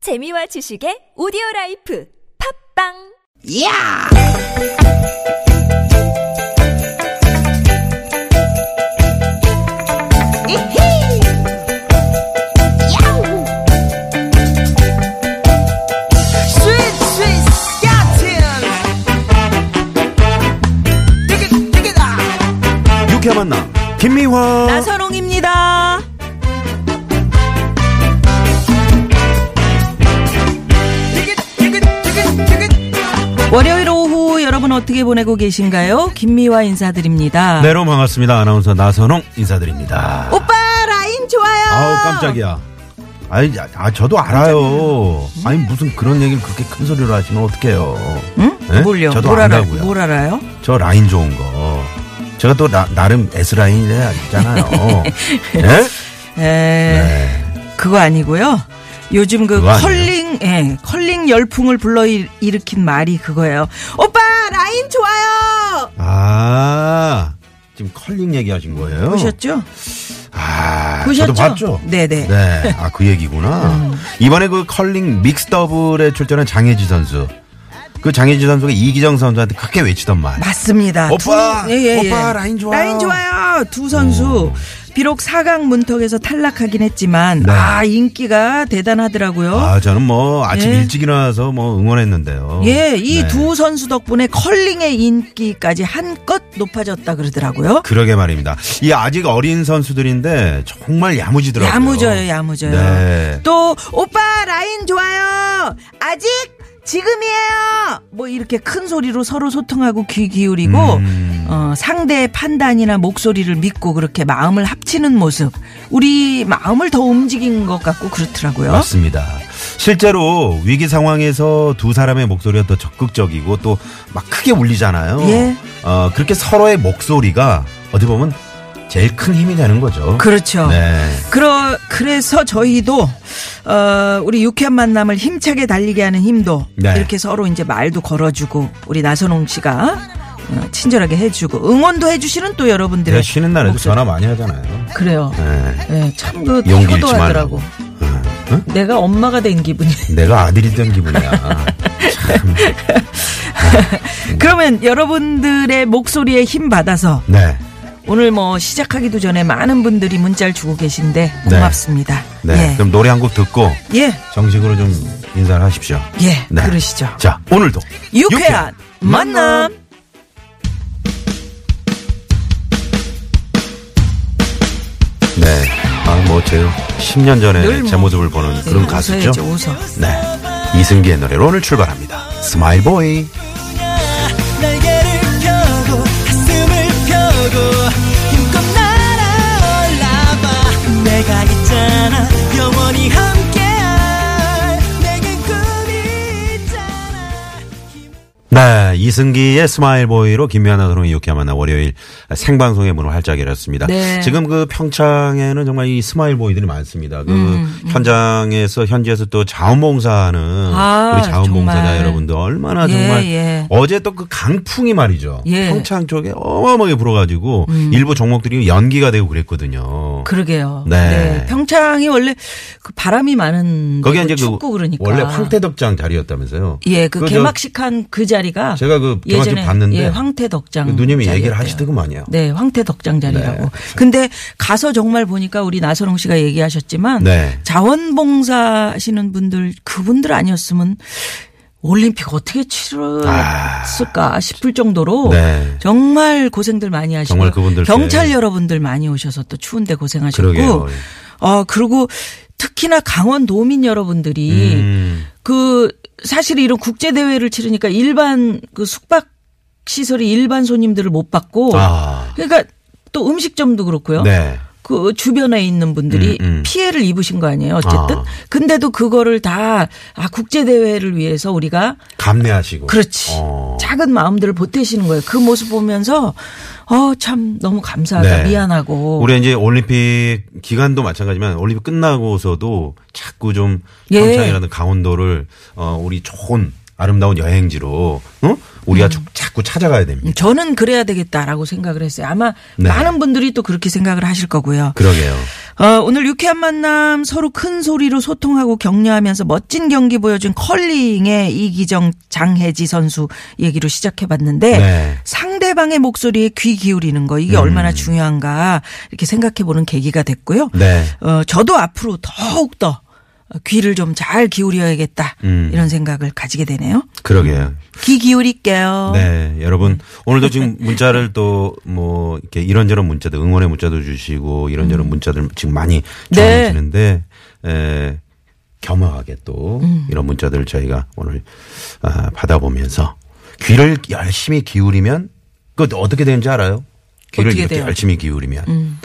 재미와 지식의 오디오 라이프 팝빵! 야! 이히! 야우! 스윗 스윗 스카틴! 티켓 티켓아! 유쾌한 만남 김미화 나선홍입니다. 티켓 티켓 티켓 티켓 월요일 오후 여러분 어떻게 보내고 계신가요? 김미화 인사드립니다. 네, 여러분 반갑습니다 아나운서 나선홍 인사드립니다 오빠 라인 좋아요. 아우 깜짝이야 아니 아, 아, 저도 알아요 음. 아니 무슨 그런 얘기를 그렇게 큰 소리로 하시면 어떡해요 응? 네? 뭘요? 저도 뭘 알아? 안다고요 뭘 알아요? 저 라인 좋은 거 제가 또 나, 나름 S라인이잖아요 네? 에 예. 그거 아니고요. 요즘 그 그거 아니에요? 컬링 예 컬링 열풍을 불러 일- 일으킨 말이 그거예요. 오빠 라인 좋아요. 아 지금 컬링 얘기하신 거예요 보셨죠? 아, 저도 보셨죠? 봤죠? 네네. 음. 네. 아, 그 얘기구나. 이번에 그 컬링 믹스 더블에 출전한 장혜지 선수. 그 장혜지 선수가 이기정 선수한테 크게 외치던 말. 맞습니다. 예, 오빠! 오빠, 라인 좋아요. 라인 좋아요. 두 선수 비록 4강 문턱에서 탈락하긴 했지만 네. 아 인기가 대단하더라고요. 아, 저는 뭐 아침 예. 일찍 일어나서 뭐 응원했는데요. 예, 이 네. 두 선수 덕분에 컬링의 인기까지 한껏 높아졌다 그러더라고요. 그러게 말입니다. 이 아직 어린 선수들인데 정말 야무지더라고요. 야무져요, 야무져요. 네. 또 오빠 라인 좋아요. 아직 지금이에요. 뭐 이렇게 큰 소리로 서로 소통하고 귀 기울이고 음. 어, 상대의 판단이나 목소리를 믿고 그렇게 마음을 합치는 모습. 우리 마음을 더 움직인 것 같고 그렇더라고요. 맞습니다. 실제로 위기 상황에서 두 사람의 목소리가 더 적극적이고 또 막 크게 울리잖아요. 예. 어, 그렇게 서로의 목소리가 어떻게 보면 제일 큰 힘이 되는 거죠. 그렇죠. 네. 그러, 그래서 저희도, 어, 우리 유쾌한 만남을 힘차게 달리게 하는 힘도 네. 이렇게 서로 이제 말도 걸어주고 우리 나선홍 씨가 어, 친절하게 해주고 응원도 해주시는 또 여러분들의 제가 쉬는 날에도 목소리. 전화 많이 하잖아요. 그래요. 네. 예, 참그 용기 잃지 효도하더라고. 말라고. 응? 응? 내가 엄마가 된 기분이. 내가 아들이 된 기분이야. 참. 음. 그러면 여러분들의 목소리에 힘 받아서 네. 오늘 뭐 시작하기도 전에 많은 분들이 문자를 주고 계신데 네. 고맙습니다. 네. 예. 그럼 노래 한 곡 듣고 예. 정식으로 좀 인사를 하십시오. 예. 네. 그러시죠. 자, 오늘도 유쾌한 만남. 네. 아, 뭐, 제 10년 전에 늘 뭐. 네, 제 모습을 보는 그런 가수죠. 웃어야죠, 웃어. 네. 이승기의 노래로 오늘 출발합니다. 스마일 보이. 날개를 펴고 가슴을 펴고 힘껏 날아올라봐 내가 있잖아 영원히 함께할 내겐 꿈이 있잖아 네, 이승기의 스마일 보이로 김미아나 선홍이 이렇게 만나 월요일 생방송의 문을 활짝 열었습니다. 네. 지금 그 평창에는 정말 이 스마일 보이들이 많습니다. 그 음, 현장에서 현지에서 또 자원봉사하는 아, 우리 자원봉사자 정말. 여러분들 얼마나 예, 정말 예. 어제 또 그 강풍이 말이죠. 예. 음. 평창 쪽에 어마어마하게 불어가지고 일부 종목들이 연기가 되고 그랬거든요. 그러게요. 네. 평창이 원래 그 바람이 많은 거기 데고 이제 그 춥고 그러니까 원래 황태덕장 자리였다면서요. 예, 그 그거 저- 개막식한 그 자리가 제가 그 개막식 예전에 봤는데 예, 황태덕장 그 누님이 얘기를 자리였대요. 하시더구만요. 네, 황태덕장 자리라고. 네. 근데 가서 정말 보니까 우리 나선홍 씨가 얘기하셨지만 네. 자원봉사 하시는 분들 그분들 아니었으면 올림픽 어떻게 치렀을까 싶을 정도로 아. 네. 정말 고생들 많이 하시고 정말 그분들 경찰 때. 여러분들 많이 오셔서 또 추운데 고생하셨고 그러게요. 어 그리고 특히나 강원 노민 여러분들이 음. 그 사실 이런 국제 대회를 치르니까 일반 그 숙박 시설이 일반 손님들을 못 받고 아. 그러니까 또 음식점도 그렇고요. 네. 그 주변에 있는 분들이 음, 음. 피해를 입으신 거 아니에요. 어쨌든. 아. 근데도 그거를 다 아, 국제 대회를 위해서 우리가 감내하시고. 그렇지. 어. 작은 마음들을 보태시는 거예요. 그 모습 보면서 어, 참 너무 감사하다. 네. 미안하고. 우리 이제 올림픽 기간도 마찬가지지만 올림픽 끝나고서도 자꾸 좀 예. 평창이라든 강원도를 어 우리 좋은 아름다운 여행지로 어? 음. 우리가 자- 자꾸 찾아가야 됩니다. 저는 그래야 되겠다라고 생각을 했어요. 아마 네. 많은 분들이 또 그렇게 생각을 하실 거고요. 그러게요. 어, 오늘 유쾌한 만남 서로 큰 소리로 소통하고 격려하면서 멋진 경기 보여준 컬링의 이기정 장혜지 선수 얘기로 시작해봤는데 네. 음. 상대방의 목소리에 귀 기울이는 거 이게 얼마나 중요한가 이렇게 생각해보는 계기가 됐고요. 네. 어, 저도 앞으로 더욱더 귀를 좀 잘 기울여야겠다 음. 이런 생각을 가지게 되네요. 그러게요. 귀 기울일게요. 네, 여러분 오늘도 지금 문자를 또 뭐 이렇게 이런저런 문자들 응원의 문자도 주시고 이런저런 문자들 지금 많이 음. 네. 주시는데 에, 겸허하게 또 음. 이런 문자들을 저희가 오늘 아, 받아보면서 귀를 열심히 기울이면 그 어떻게 되는지 알아요? 귀를 어떻게 이렇게 돼요? 음. 열심히 기울이면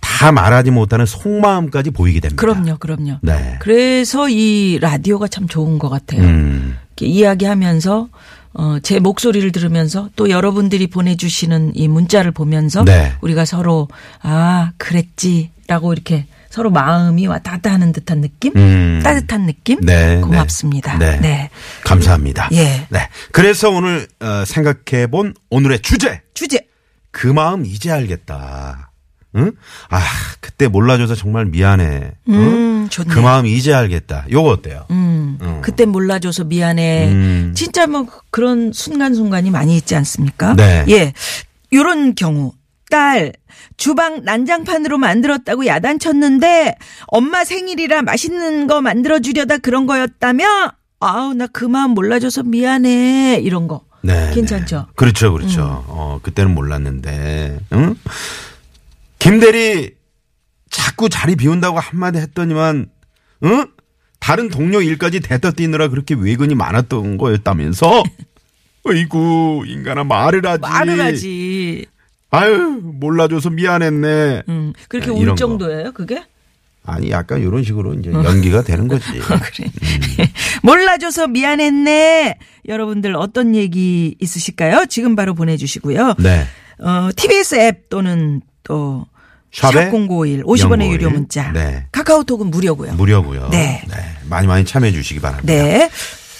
다 말하지 못하는 속마음까지 보이게 됩니다. 그럼요, 그럼요. 네. 그래서 이 라디오가 참 좋은 것 같아요. 음, 이렇게 이야기하면서 어, 제 목소리를 들으면서 또 여러분들이 보내주시는 이 문자를 보면서 네. 우리가 서로 아 그랬지라고 이렇게 서로 마음이 왔다 갔다 하는 듯한 느낌, 음. 따뜻한 느낌, 네, 고맙습니다. 네. 네. 감사합니다. 예. 네. 그래서 오늘 어, 생각해본 오늘의 주제. 주제 그 마음 이제 알겠다. 응? 아, 그때 몰라줘서 정말 미안해. 응? 음, 좋네요. 그 마음 이제 알겠다. 요거 어때요? 음, 그때 몰라줘서 미안해. 음. 진짜 뭐 그런 순간순간이 많이 있지 않습니까? 네. 예. 요런 경우. 딸, 주방 난장판으로 만들었다고 야단쳤는데 엄마 생일이라 맛있는 거 만들어주려다 그런 거였다며? 아우, 나 그 마음 몰라줘서 미안해. 이런 거. 네, 괜찮죠? 음. 그렇죠, 그렇죠. 어, 그때는 몰랐는데. 응? 김대리 자꾸 자리 비운다고 한마디 했더니만, 응? 다른 동료 일까지 대다 뛰느라 그렇게 외근이 많았던 거였다면서? 어이구, 인간아, 말을 하지. 말을 하지. 아유, 몰라줘서 미안했네. 음, 그렇게 네, 울 이런 거. 정도예요, 그게? 아니 약간 이런 식으로 이제 연기가 되는 거지. 그래. 몰라줘서 미안했네. 여러분들 어떤 얘기 있으실까요? 지금 바로 보내주시고요. 네. 어, TBS 앱 또는 또 샵에 051 50원의 051. 유료 문자. 네. 카카오톡은 무료고요. 무료고요. 네. 많이 많이 참여해 주시기 바랍니다. 네.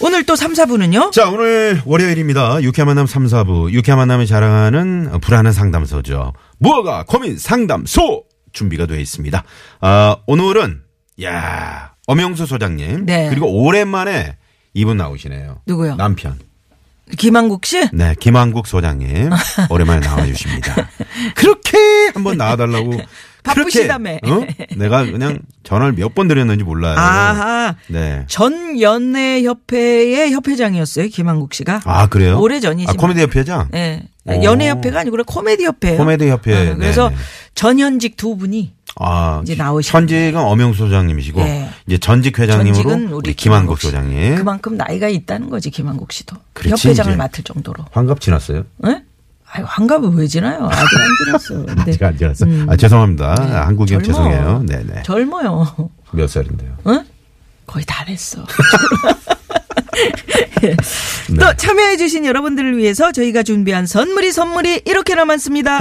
오늘 또 3, 4부는요? 자, 오늘 월요일입니다. 유쾌 만남 3, 4부. 유쾌 만남이 자랑하는 불안한 상담소죠. 무허가 고민 상담소 준비가 되어 있습니다. 아, 오늘은 야, 엄영수 소장님. 네. 그리고 오랜만에 이분 나오시네요. 누구요? 남편. 김한국 씨? 네, 김한국 소장님 오랜만에 나와주십니다. 그렇게 한번 나와달라고 바쁘시다며. 그렇게, 어? 내가 그냥 전화를 몇 번 드렸는지 몰라요. 아하. 네. 전 연예협회의 협회장이었어요, 김한국 씨가. 아 그래요? 오래전이지만. 아, 코미디 협회장. 예. 오. 연예협회가 아니고 코미디협회예요 코미디협회. 어, 그래서 네네. 전현직 두 분이 아 이제 나오시는 현직은 엄영수 소장님이시고 예. 이제 전직 회장님으로 전직은 우리 김한국 씨. 소장님. 그만큼 나이가 있다는 거지 김한국 씨도 그렇지, 협회장을 이제. 맡을 정도로. 환갑 지났어요? 예? 아유 환갑은 왜 지나요? 아직 안 지났어요. 근데 제가 안 지났어요. 아 죄송합니다. 한국인 네. 음. 젊어. 죄송해요. 네네. 젊어요. 몇 살인데요? 응? 거의 다 됐어. 예. 네. 또 참여해주신 여러분들을 위해서 저희가 준비한 선물이 선물이 이렇게 남았습니다.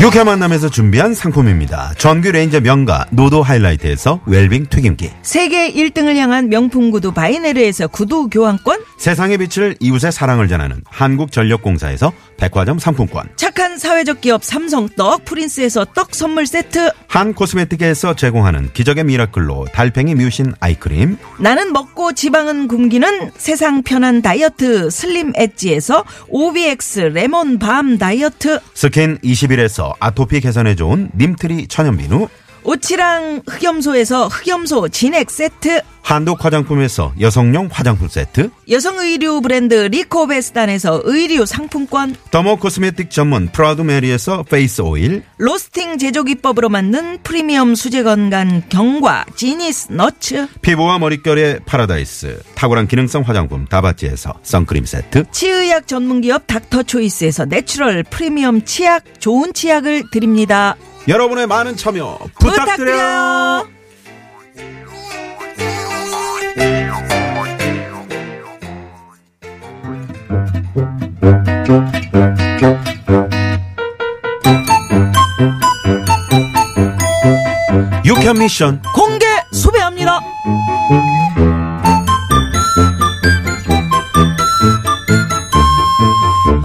유쾌 만남에서 준비한 상품입니다. 전규 레인저 명가 노도 하이라이트에서 웰빙 튀김기. 세계 1등을 향한 명품 구두 바이네르에서 구두 교환권, 세상의 빛을 이웃의 사랑을 전하는 한국전력공사에서 백화점 상품권. 착한 사회적 기업 삼성 떡 프린스에서 떡 선물 세트, 한 코스메틱에서 제공하는 기적의 미라클로 달팽이 뮤신 아이크림. 나는 먹고 지방은 굶기는 세상 편한 다이어트 슬림 엣지에서 OBX 레몬 밤 다이어트 스킨 21에서 아토피 개선에 좋은 님트리 천연비누. 오치랑 흑염소에서 흑염소 진액 세트 한독 화장품에서 여성용 화장품 세트. 여성 의류 브랜드 리코베스단에서 의류 상품권 더모 코스메틱 전문 프라우드 메리에서 페이스 오일. 로스팅 제조 기법으로 만든 프리미엄 수제 건강 경과 지니스 너츠 피부와 머릿결의 파라다이스. 탁월한 기능성 화장품 다바찌에서 선크림 세트. 치의학 전문기업 닥터초이스에서 내추럴 프리미엄 치약 좋은 치약을 드립니다 여러분의 많은 참여 부탁드려요. 부탁드려요. 유쾌한 미션. 공개 수배합니다.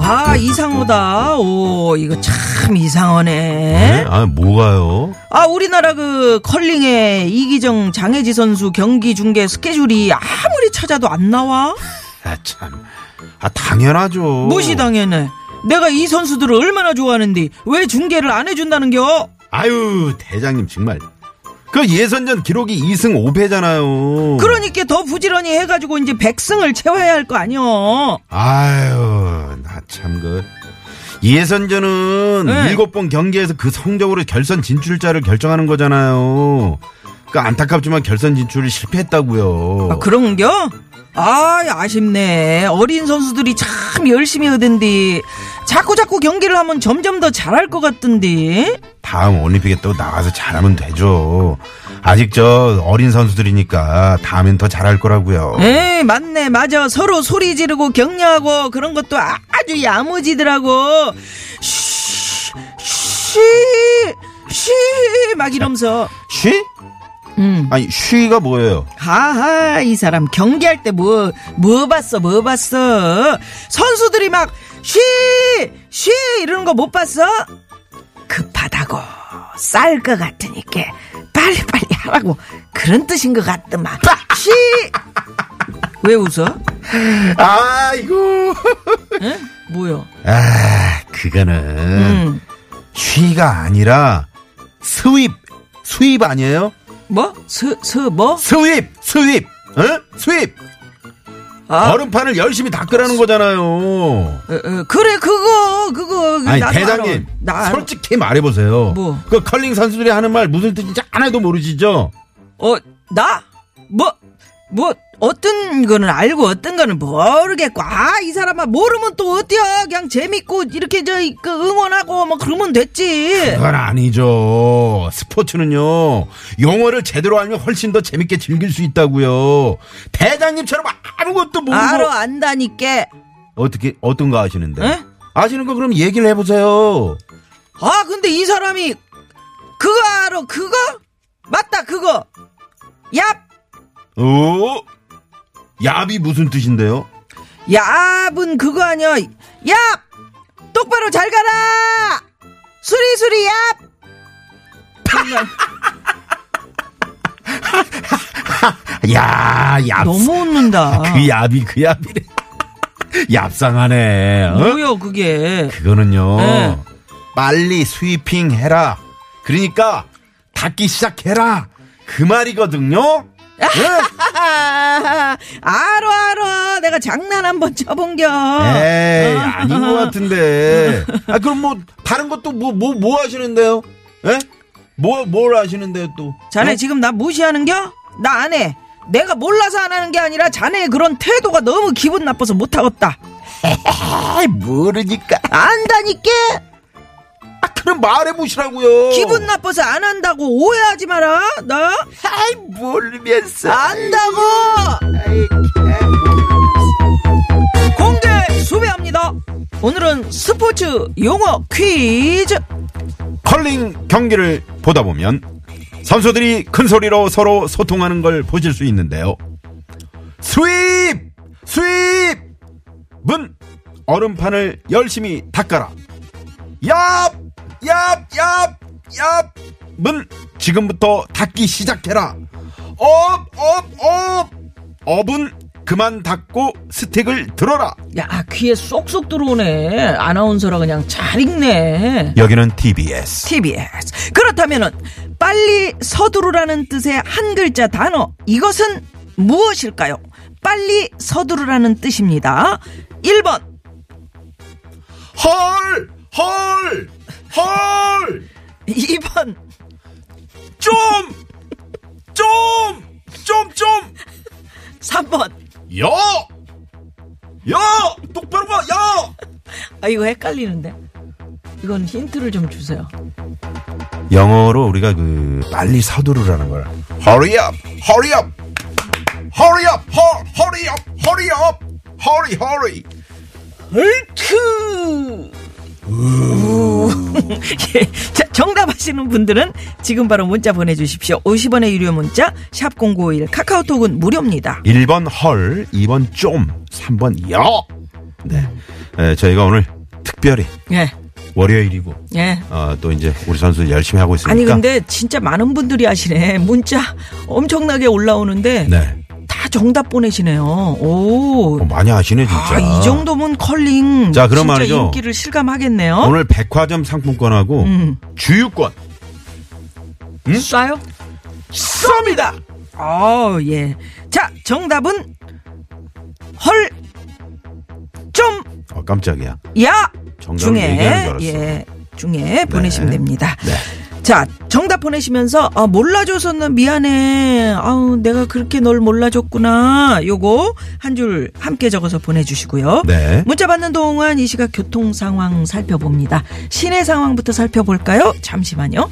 아 이상하다. 오 이거 참 이상하네. 아, 뭐가요? 아 우리나라 그 컬링의 이기정 장혜지 선수 경기 중계 스케줄이 아무리 찾아도 안 나와. 아, 참. 아, 당연하죠. 무시 당연해. 내가 이 선수들을 얼마나 좋아하는데 왜 중계를 안 해준다는겨? 아유, 대장님, 정말. 그 예선전 기록이 2승 5패잖아요. 그러니까 더 부지런히 해가지고 이제 100승을 채워야 할 거 아니여. 아유, 나 참, 그. 예선전은 네. 일곱 번 경기에서 그 성적으로 결선 진출자를 결정하는 거잖아요. 그 안타깝지만 결선 진출을 실패했다고요. 아, 그런겨? 아, 아쉽네. 어린 선수들이 참 열심히 하던디. 자꾸 자꾸 경기를 하면 점점 더 잘할 것 같던디. 다음 올림픽에 또 나가서 잘하면 되죠. 아직 저 어린 선수들이니까 다음엔 더 잘할 거라고요. 에 맞네, 맞아. 서로 소리 지르고 격려하고 그런 것도 아주 야무지더라고. 쉬, 쉬, 막 이러면서. 쉬? 음. 아니 쉬가 뭐예요? 하하, 이 사람 경기할 때 뭐, 뭐 봤어, 뭐 봤어. 선수들이 막, 쉬! 쉬! 이러는 거 못 봤어? 급하다고, 쌀 것 같으니까, 빨리빨리 하라고, 그런 뜻인 것 같더만. 쉬! 왜 웃어? 아이고. 뭐요? 아 그거는 음, 쉬가 아니라 스윕 수입 아니에요? 뭐? 스, 스, 뭐? 스윕 스윕 어? 스윕 아, 얼음판을 열심히 닦으라는 거잖아요. 어, 어, 그래, 그거, 그거. 아니 나도 대장님 알아. 나 알아. 솔직히 말해보세요. 뭐? 그 컬링 선수들이 하는 말 무슨 뜻인지 하나도 모르시죠? 어, 나? 뭐, 뭐, 어떤 거는 알고 어떤 거는 모르겠고, 아, 이 사람아, 모르면 또 어때요? 그냥 재밌고, 이렇게 저, 그 응원하고, 뭐, 그러면 됐지. 그건 아니죠. 스포츠는요, 용어를 제대로 알면 훨씬 더 재밌게 즐길 수 있다고요. 대장님처럼 아무것도 모르고. 알아, 네? 안다니까. 어떻게, 어떤 거 아시는데? 에? 아시는 거 그럼 얘기를 해보세요. 아, 근데 이 사람이, 그거 알아, 그거? 맞다, 그거. 얍! 오? 어? 야비 무슨 뜻인데요? 얍은 그거 아니야. 얍! 똑바로 잘 가라! 수리수리 얍! 정말 야, 얍. 너무 웃는다. 그 야비, 그 야비래. 얍상하네. 어? 뭐야, 그게. 그거는요. 네. 빨리 스위핑 해라. 그러니까 닦기 시작해라. 그 말이거든요. 네? 아, 알아, 알아. 내가 장난 한번 쳐본겨. 어. 에이 아닌 것 같은데. 아 그럼 뭐 다른 것도 뭐 뭐 뭐 하시는데요? 예? 뭐뭘 하시는데요 또? 자네 어? 지금 나 무시하는겨? 나 안 해. 내가 몰라서 안 하는 게 아니라 자네의 그런 태도가 너무 기분 나빠서 못하겠다. 아 모르니까. 안다니까? 아 그럼 말해 보시라고요. 기분 나빠서 안 한다고 오해하지 마라. 나 아이 모르면서. 안다고! 공개 수배합니다. 오늘은 스포츠 용어 퀴즈. 컬링 경기를 보다 보면 선수들이 큰 소리로 서로 소통하는 걸 보실 수 있는데요. 스윕! 스윕! 문! 얼음판을 열심히 닦아라. 얍! 얍! 얍! 얍! 문! 지금부터 닦기 시작해라. 업! 업! 업! 업은 그만 닦고 스틱을 들어라. 야, 귀에 쏙쏙 들어오네. 아나운서라 그냥 잘 읽네. 여기는 TBS. TBS. 그렇다면은 빨리 서두르라는 뜻의 한 글자 단어 이것은 무엇일까요? 빨리 서두르라는 뜻입니다. 1번, 헐! 헐! 헐! 2번, 좀! 좀! 좀, 좀! 3번. 야! 야! 똑바로 봐! 야! 아 이거 헷갈리는데. 이건 힌트를 좀 주세요. 영어로 우리가 그, 빨리 서두르라는 거야. Hurry up! Hurry up! Hurry up! hu- Hurry up! Hurry up! Hurry, hurry! 얼트 예. 자, 정답 아시는 분들은 지금 바로 문자 보내주십시오. 50원의 유료 문자, 샵0951, 카카오톡은 무료입니다. 1번 헐, 2번 좀, 3번 여. 네. 에, 저희가 오늘 특별히 예, 월요일이고, 예. 어, 또 이제 우리 선수 열심히 하고 있으니까. 아니, 근데 진짜 많은 분들이 하시네. 문자 엄청나게 올라오는데 네. 다 정답 보내시네요. 오. 어, 많이 아시네, 진짜. 아, 이 정도면 컬링. 자, 그럼 진짜 말이죠. 인기를 실감하겠네요. 오늘 백화점 상품권하고 음. 주유권 쏴요? 쏩니다! 어, 예. 자, 정답은 헐, 좀, 어, 깜짝이야. 야! 정답을 얘기하는 줄 중에, 알았어. 예, 중에 보내시면 됩니다. 네. 자, 정답 보내시면서, 아, 몰라줘서는 미안해. 아우, 내가 그렇게 널 몰라줬구나. 요거 한 줄 함께 적어서 보내주시고요. 네. 문자 받는 동안 이 시각 교통 상황 살펴봅니다. 시내 상황부터 살펴볼까요? 잠시만요.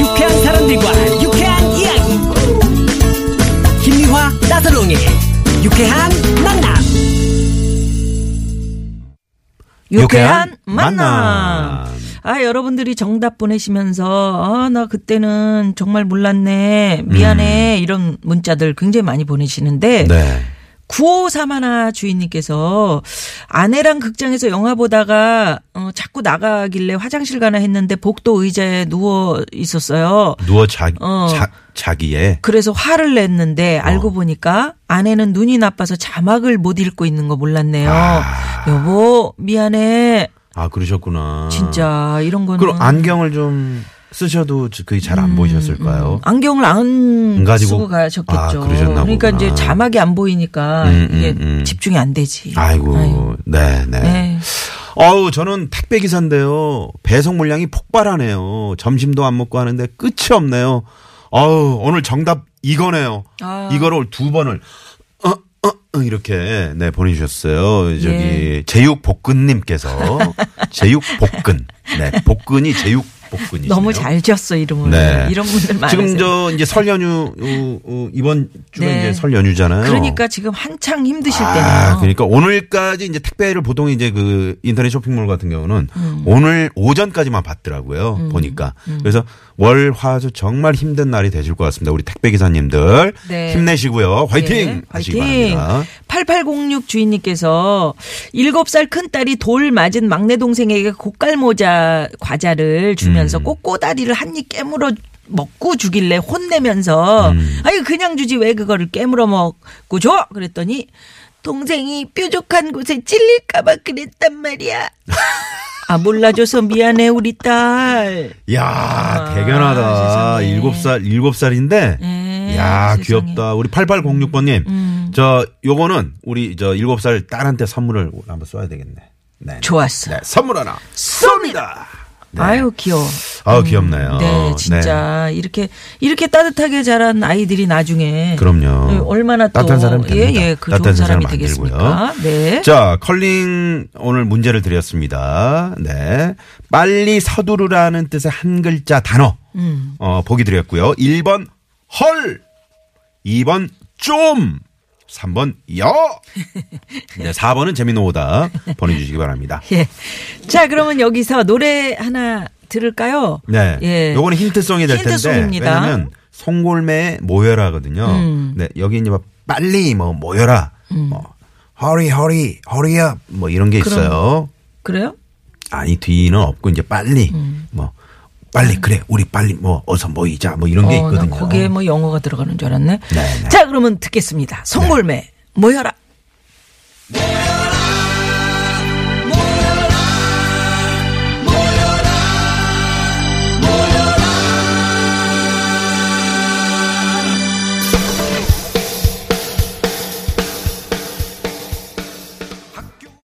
유쾌한 사람들과 유쾌한 이야기 김미화 나서롱의 유쾌한 만남 유쾌한 만남. 아, 여러분들이 정답 보내시면서, 아, 나 그때는 정말 몰랐네. 미안해. 이런 문자들 굉장히 많이 보내시는데. 네. 9531 주인님께서 아내랑 극장에서 영화 보다가 어, 자꾸 나가길래 화장실 가나 했는데 복도 의자에 누워 있었어요. 누워 자, 어. 자, 자기의 그래서 화를 냈는데 어. 알고 보니까 아내는 눈이 나빠서 자막을 못 읽고 있는 거 몰랐네요. 아. 여보, 미안해. 아 그러셨구나. 진짜 이런 거는 아. 그럼 안경을 좀 쓰셔도 그게 잘 안 보이셨을까요? 안경을 안 가지고- 쓰고 가셨겠죠. 아, 그러셨나 러니까 보구나. 이제 자막이 안 보이니까 음, 음, 이게 음. 집중이 안 되지. 아이고, 네, 네. 네. 어우, 저는 택배 기사인데요. 배송 물량이 폭발하네요. 점심도 안 먹고 하는데 끝이 없네요. 어우, 오늘 정답 이거네요. 아. 이거를 두 번을 어, 어, 어, 이렇게 네 보내주셨어요. 저기 예. 제육 볶은님께서 제육 볶은, 네 볶은이 제육 볶은이 너무 잘 지었어 이름을. 네. 이런 분들 많아요. 지금 저 이제 설 연휴 어, 어, 이번 주가 네. 이제 설 연휴잖아요. 그러니까 지금 한창 힘드실 아, 때네요. 그러니까 오늘까지 이제 택배를 보통 이제 그 인터넷 쇼핑몰 같은 경우는 음. 오늘 오전까지만 받더라고요. 보니까. 그래서 월, 화, 수 정말 힘든 날이 되실 것 같습니다. 우리 택배 기사님들 네. 힘내시고요. 화이팅! 예, 하시기 바랍니다. 8806 주인님께서 7살 큰딸이 돌 맞은 막내 동생에게 고깔모자 과자를 주면서 음. 꼬꼬다리를 한 입 깨물어 먹고 주길래 혼내면서 음. 아니 그냥 주지 왜 그거를 깨물어 먹고 줘 그랬더니 동생이 뾰족한 곳에 찔릴까봐 그랬단 말이야. 아 몰라줘서 미안해 우리 딸. 이야, 대견하다. 아, 세상에. 일곱 살 일곱 살인데 예, 이야, 세상에. 음. 귀엽다. 우리 8806번님. 저, 요거는 우리 저 일곱 살 딸한테 선물을 한번 쏴야 되겠네. 네. 좋았어. 네, 선물 하나 쏩니다. 네. 아유 귀여워. 아우 귀엽네요. 네, 진짜 이렇게 이렇게 따뜻하게 자란 아이들이 나중에 그럼요. 네, 얼마나 또 따뜻한 사람이 됩니다. 예, 예, 그 따뜻한 좋은 사람이 사람 만들고요. 되겠습니까? 네. 자, 컬링 오늘 문제를 드렸습니다. 네. 빨리 서두르라는 뜻의 한 글자 단어. 음. 어, 보기 드렸고요. 1번 헐. 2번 좀. 3번 여. 네, 4번은 재미노 오다 보내 주시기 바랍니다. 예. 자, 그러면 여기서 노래 하나 들을까요? 네. 예. 요거는 힌트송이 될 텐데. 힌트송입니다. 음. 왜냐면 송골매 모여라거든요. 네. 여기 이제 막 빨리 뭐 모여라. 뭐 hurry hurry hurry up 뭐 이런 게 그럼- 있어요. 그래요? 아니 뒤는 없고 이제 빨리 음. 뭐 빨리 그래 우리 빨리 뭐 어서 모이자 뭐 이런 게 어, 난 있거든요. 거기에 뭐 영어가 들어가는 줄 알았네. 네, 네. 자, 그러면 듣겠습니다. 송골매 모여라.